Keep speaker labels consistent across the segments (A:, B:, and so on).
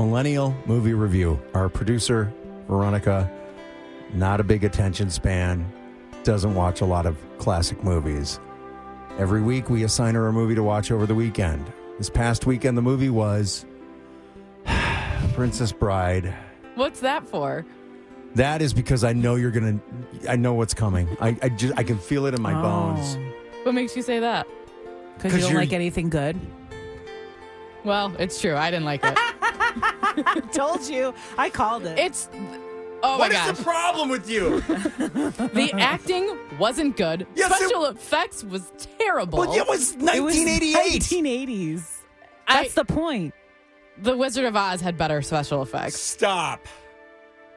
A: Millennial Movie Review. Our producer, Veronica, not a big attention span, doesn't watch a lot of classic movies. Every week, we assign her a movie to watch over the weekend. This past weekend, the movie was Princess Bride.
B: What's that for?
A: That is because I know you're gonna. I know what's coming. I I, just, I can feel it in my
C: Oh.
A: bones.
B: What makes you say that?
C: Because
A: 'Cause
C: you don't
A: you're-
C: like anything good.
B: Well, it's true. I didn't like it.
C: Told you. I called it.
B: It's oh my
A: What is
B: gosh.
A: the problem with you?
B: The acting wasn't good.
A: Yes, it-
B: Special effects was terrible.
A: well, it was
C: It was
A: 1988.
C: 1980s. That's
B: I-
C: the point.
B: the Wizard of Oz had better special effects.
A: Stop.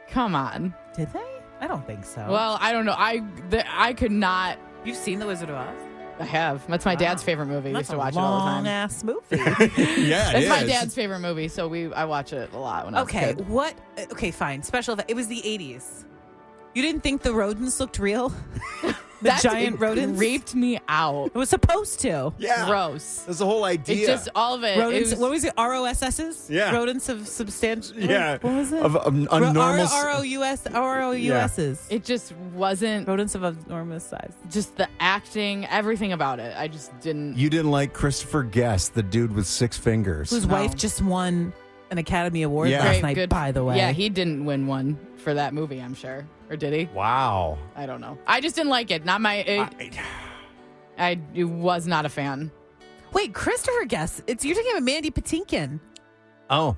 B: Come on.
C: Did they? I don't think so.
B: Well, I don't know. I the, I could not.
C: you've seen The Wizard of Oz.
B: I have. That's my dad's favorite movie.
C: That's
B: we used to
C: a
B: watch it all the
C: long
B: time.
C: ass movie.
A: Yeah, it
B: That's my
A: is.
B: dad's favorite movie, so we I watch it a lot when I
C: okay,
B: was a kid.
C: what? Okay, fine. Special. Effect. It was the 80s. You didn't think the rodents looked real? the
B: That
C: giant rodents.
B: creeped me out.
C: It was supposed to.
A: Yeah.
B: Gross.
A: That's the whole idea.
B: It just all of it. it
C: Rodents.
B: was-
C: what was it? R O S S's.
A: Yeah.
C: Rodents of substantial.
A: yeah.
C: What was it?
A: Of, of un-
C: Ro-
A: normal. s-
C: R O U S R O U S's.
B: it just wasn't
C: Rodents of enormous size.
B: just the acting, everything about it. I just didn't.
A: you didn't like Christopher Guest, the dude with six fingers.
C: Whose
B: No.
C: wife just won an Academy Award
A: Yeah.
C: last
B: Great,
C: night,
B: good-
C: by the way.
B: Yeah, he didn't win one for that movie, I'm sure. Or did he?
A: wow.
B: I don't know. I just didn't like it. Not my. It, I, I was not a fan.
C: Wait, Christopher Guest. It's you're talking about Mandy Patinkin.
A: Oh.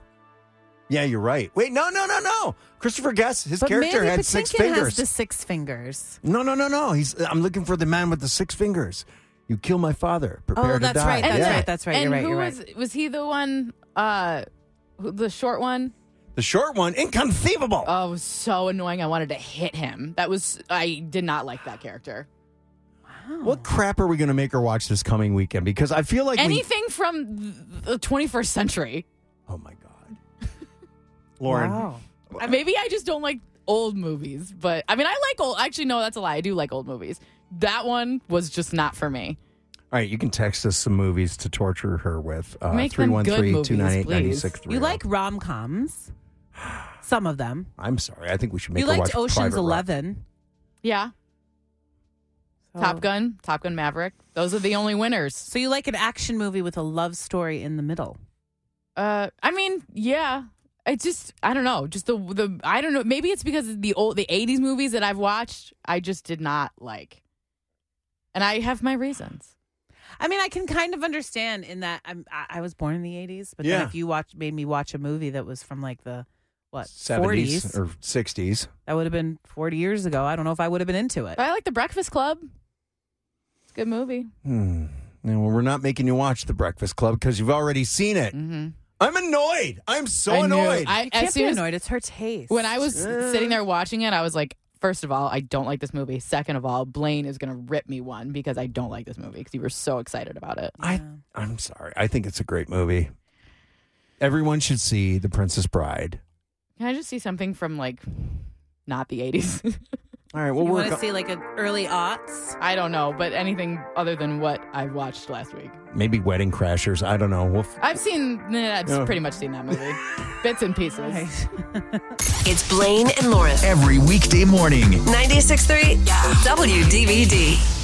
A: Yeah, you're right. Wait, no, no, no, no. Christopher Guest, his
C: But
A: character
C: Mandy
A: had
C: Patinkin
A: six
C: has
A: fingers.
C: the six fingers.
A: No, no, no, no. He's. I'm looking for the man with the six fingers. You kill my father. Prepare to
C: oh, that's
A: die.
C: right. That's
A: yeah.
C: right. That's right.
B: and
C: you're right.
B: who
C: You're right.
B: was was he the one? Uh, who- the short one.
A: The short one, inconceivable.
C: Uh,
B: Oh, it was so annoying. I wanted to hit him. That was. I did not like that character.
A: what crap are we going to make her watch this coming weekend? Because I feel like we-
B: Anything from th- the 21st century.
A: Oh my god, Lauren.
C: Wow.
B: Uh, Maybe I just don't like old movies, but I mean, I like old. Actually, no, that's a lie. I do like old movies. That one was just not for me.
A: All right, you can text us some movies to torture her with. uh,
B: Make them good
A: 313-298-9630.
B: movies,
A: oh.
C: You like rom coms? Some of them.
A: I'm sorry. I think we should make
C: you
A: her
C: liked
A: watch
C: Ocean's
A: Private Rock.
C: Eleven.
B: Yeah. Oh. Top Gun, Top Gun Maverick. Those are the only winners.
C: So you like an action movie with a love story in the middle.
B: Uh, I mean, yeah. I just, I don't know. Just the the, I don't know. Maybe it's because of the old, the '80s movies that I've watched, I just did not like, and I have my reasons.
C: I mean, I can kind of understand in that I'm, I, I was born in the '80s, but
A: Yeah.
C: then if you watch made me watch a movie that was from like the what
A: 70s
C: 40s,
A: or 60s.
C: that would have been 40 years ago. I don't know if I would have been into it.
B: But I like The Breakfast Club. It's a good movie.
A: Hmm. Yeah, well, we're not making you watch The Breakfast Club because you've already seen it.
B: Mm-hmm.
A: I'm annoyed. I'm so
B: I knew-
A: annoyed.
B: I,
C: You
B: as
C: can't be
B: soon as-
C: annoyed. It's her taste.
B: When I was
A: Yeah.
B: sitting there watching it, I was like, first of all, I don't like this movie. Second of all, Blaine is going to rip me one because I don't like this movie because you were so excited about it.
A: I, I'm sorry. I think it's a great movie. Everyone should see The Princess Bride.
B: Can I just see something from like not the 80s?
A: All right, we'll
C: you
A: work.
C: want to
A: On,
C: see like an early aughts.
B: I don't know, but anything other than what I watched last week.
A: maybe Wedding Crashers. I don't know. We'll f-
B: I've seen, nah, I've
A: Yeah.
B: pretty much seen that movie, bits and pieces.
D: It's Blaine and Lauren.
E: Every weekday morning.
D: 96.3 WDVD.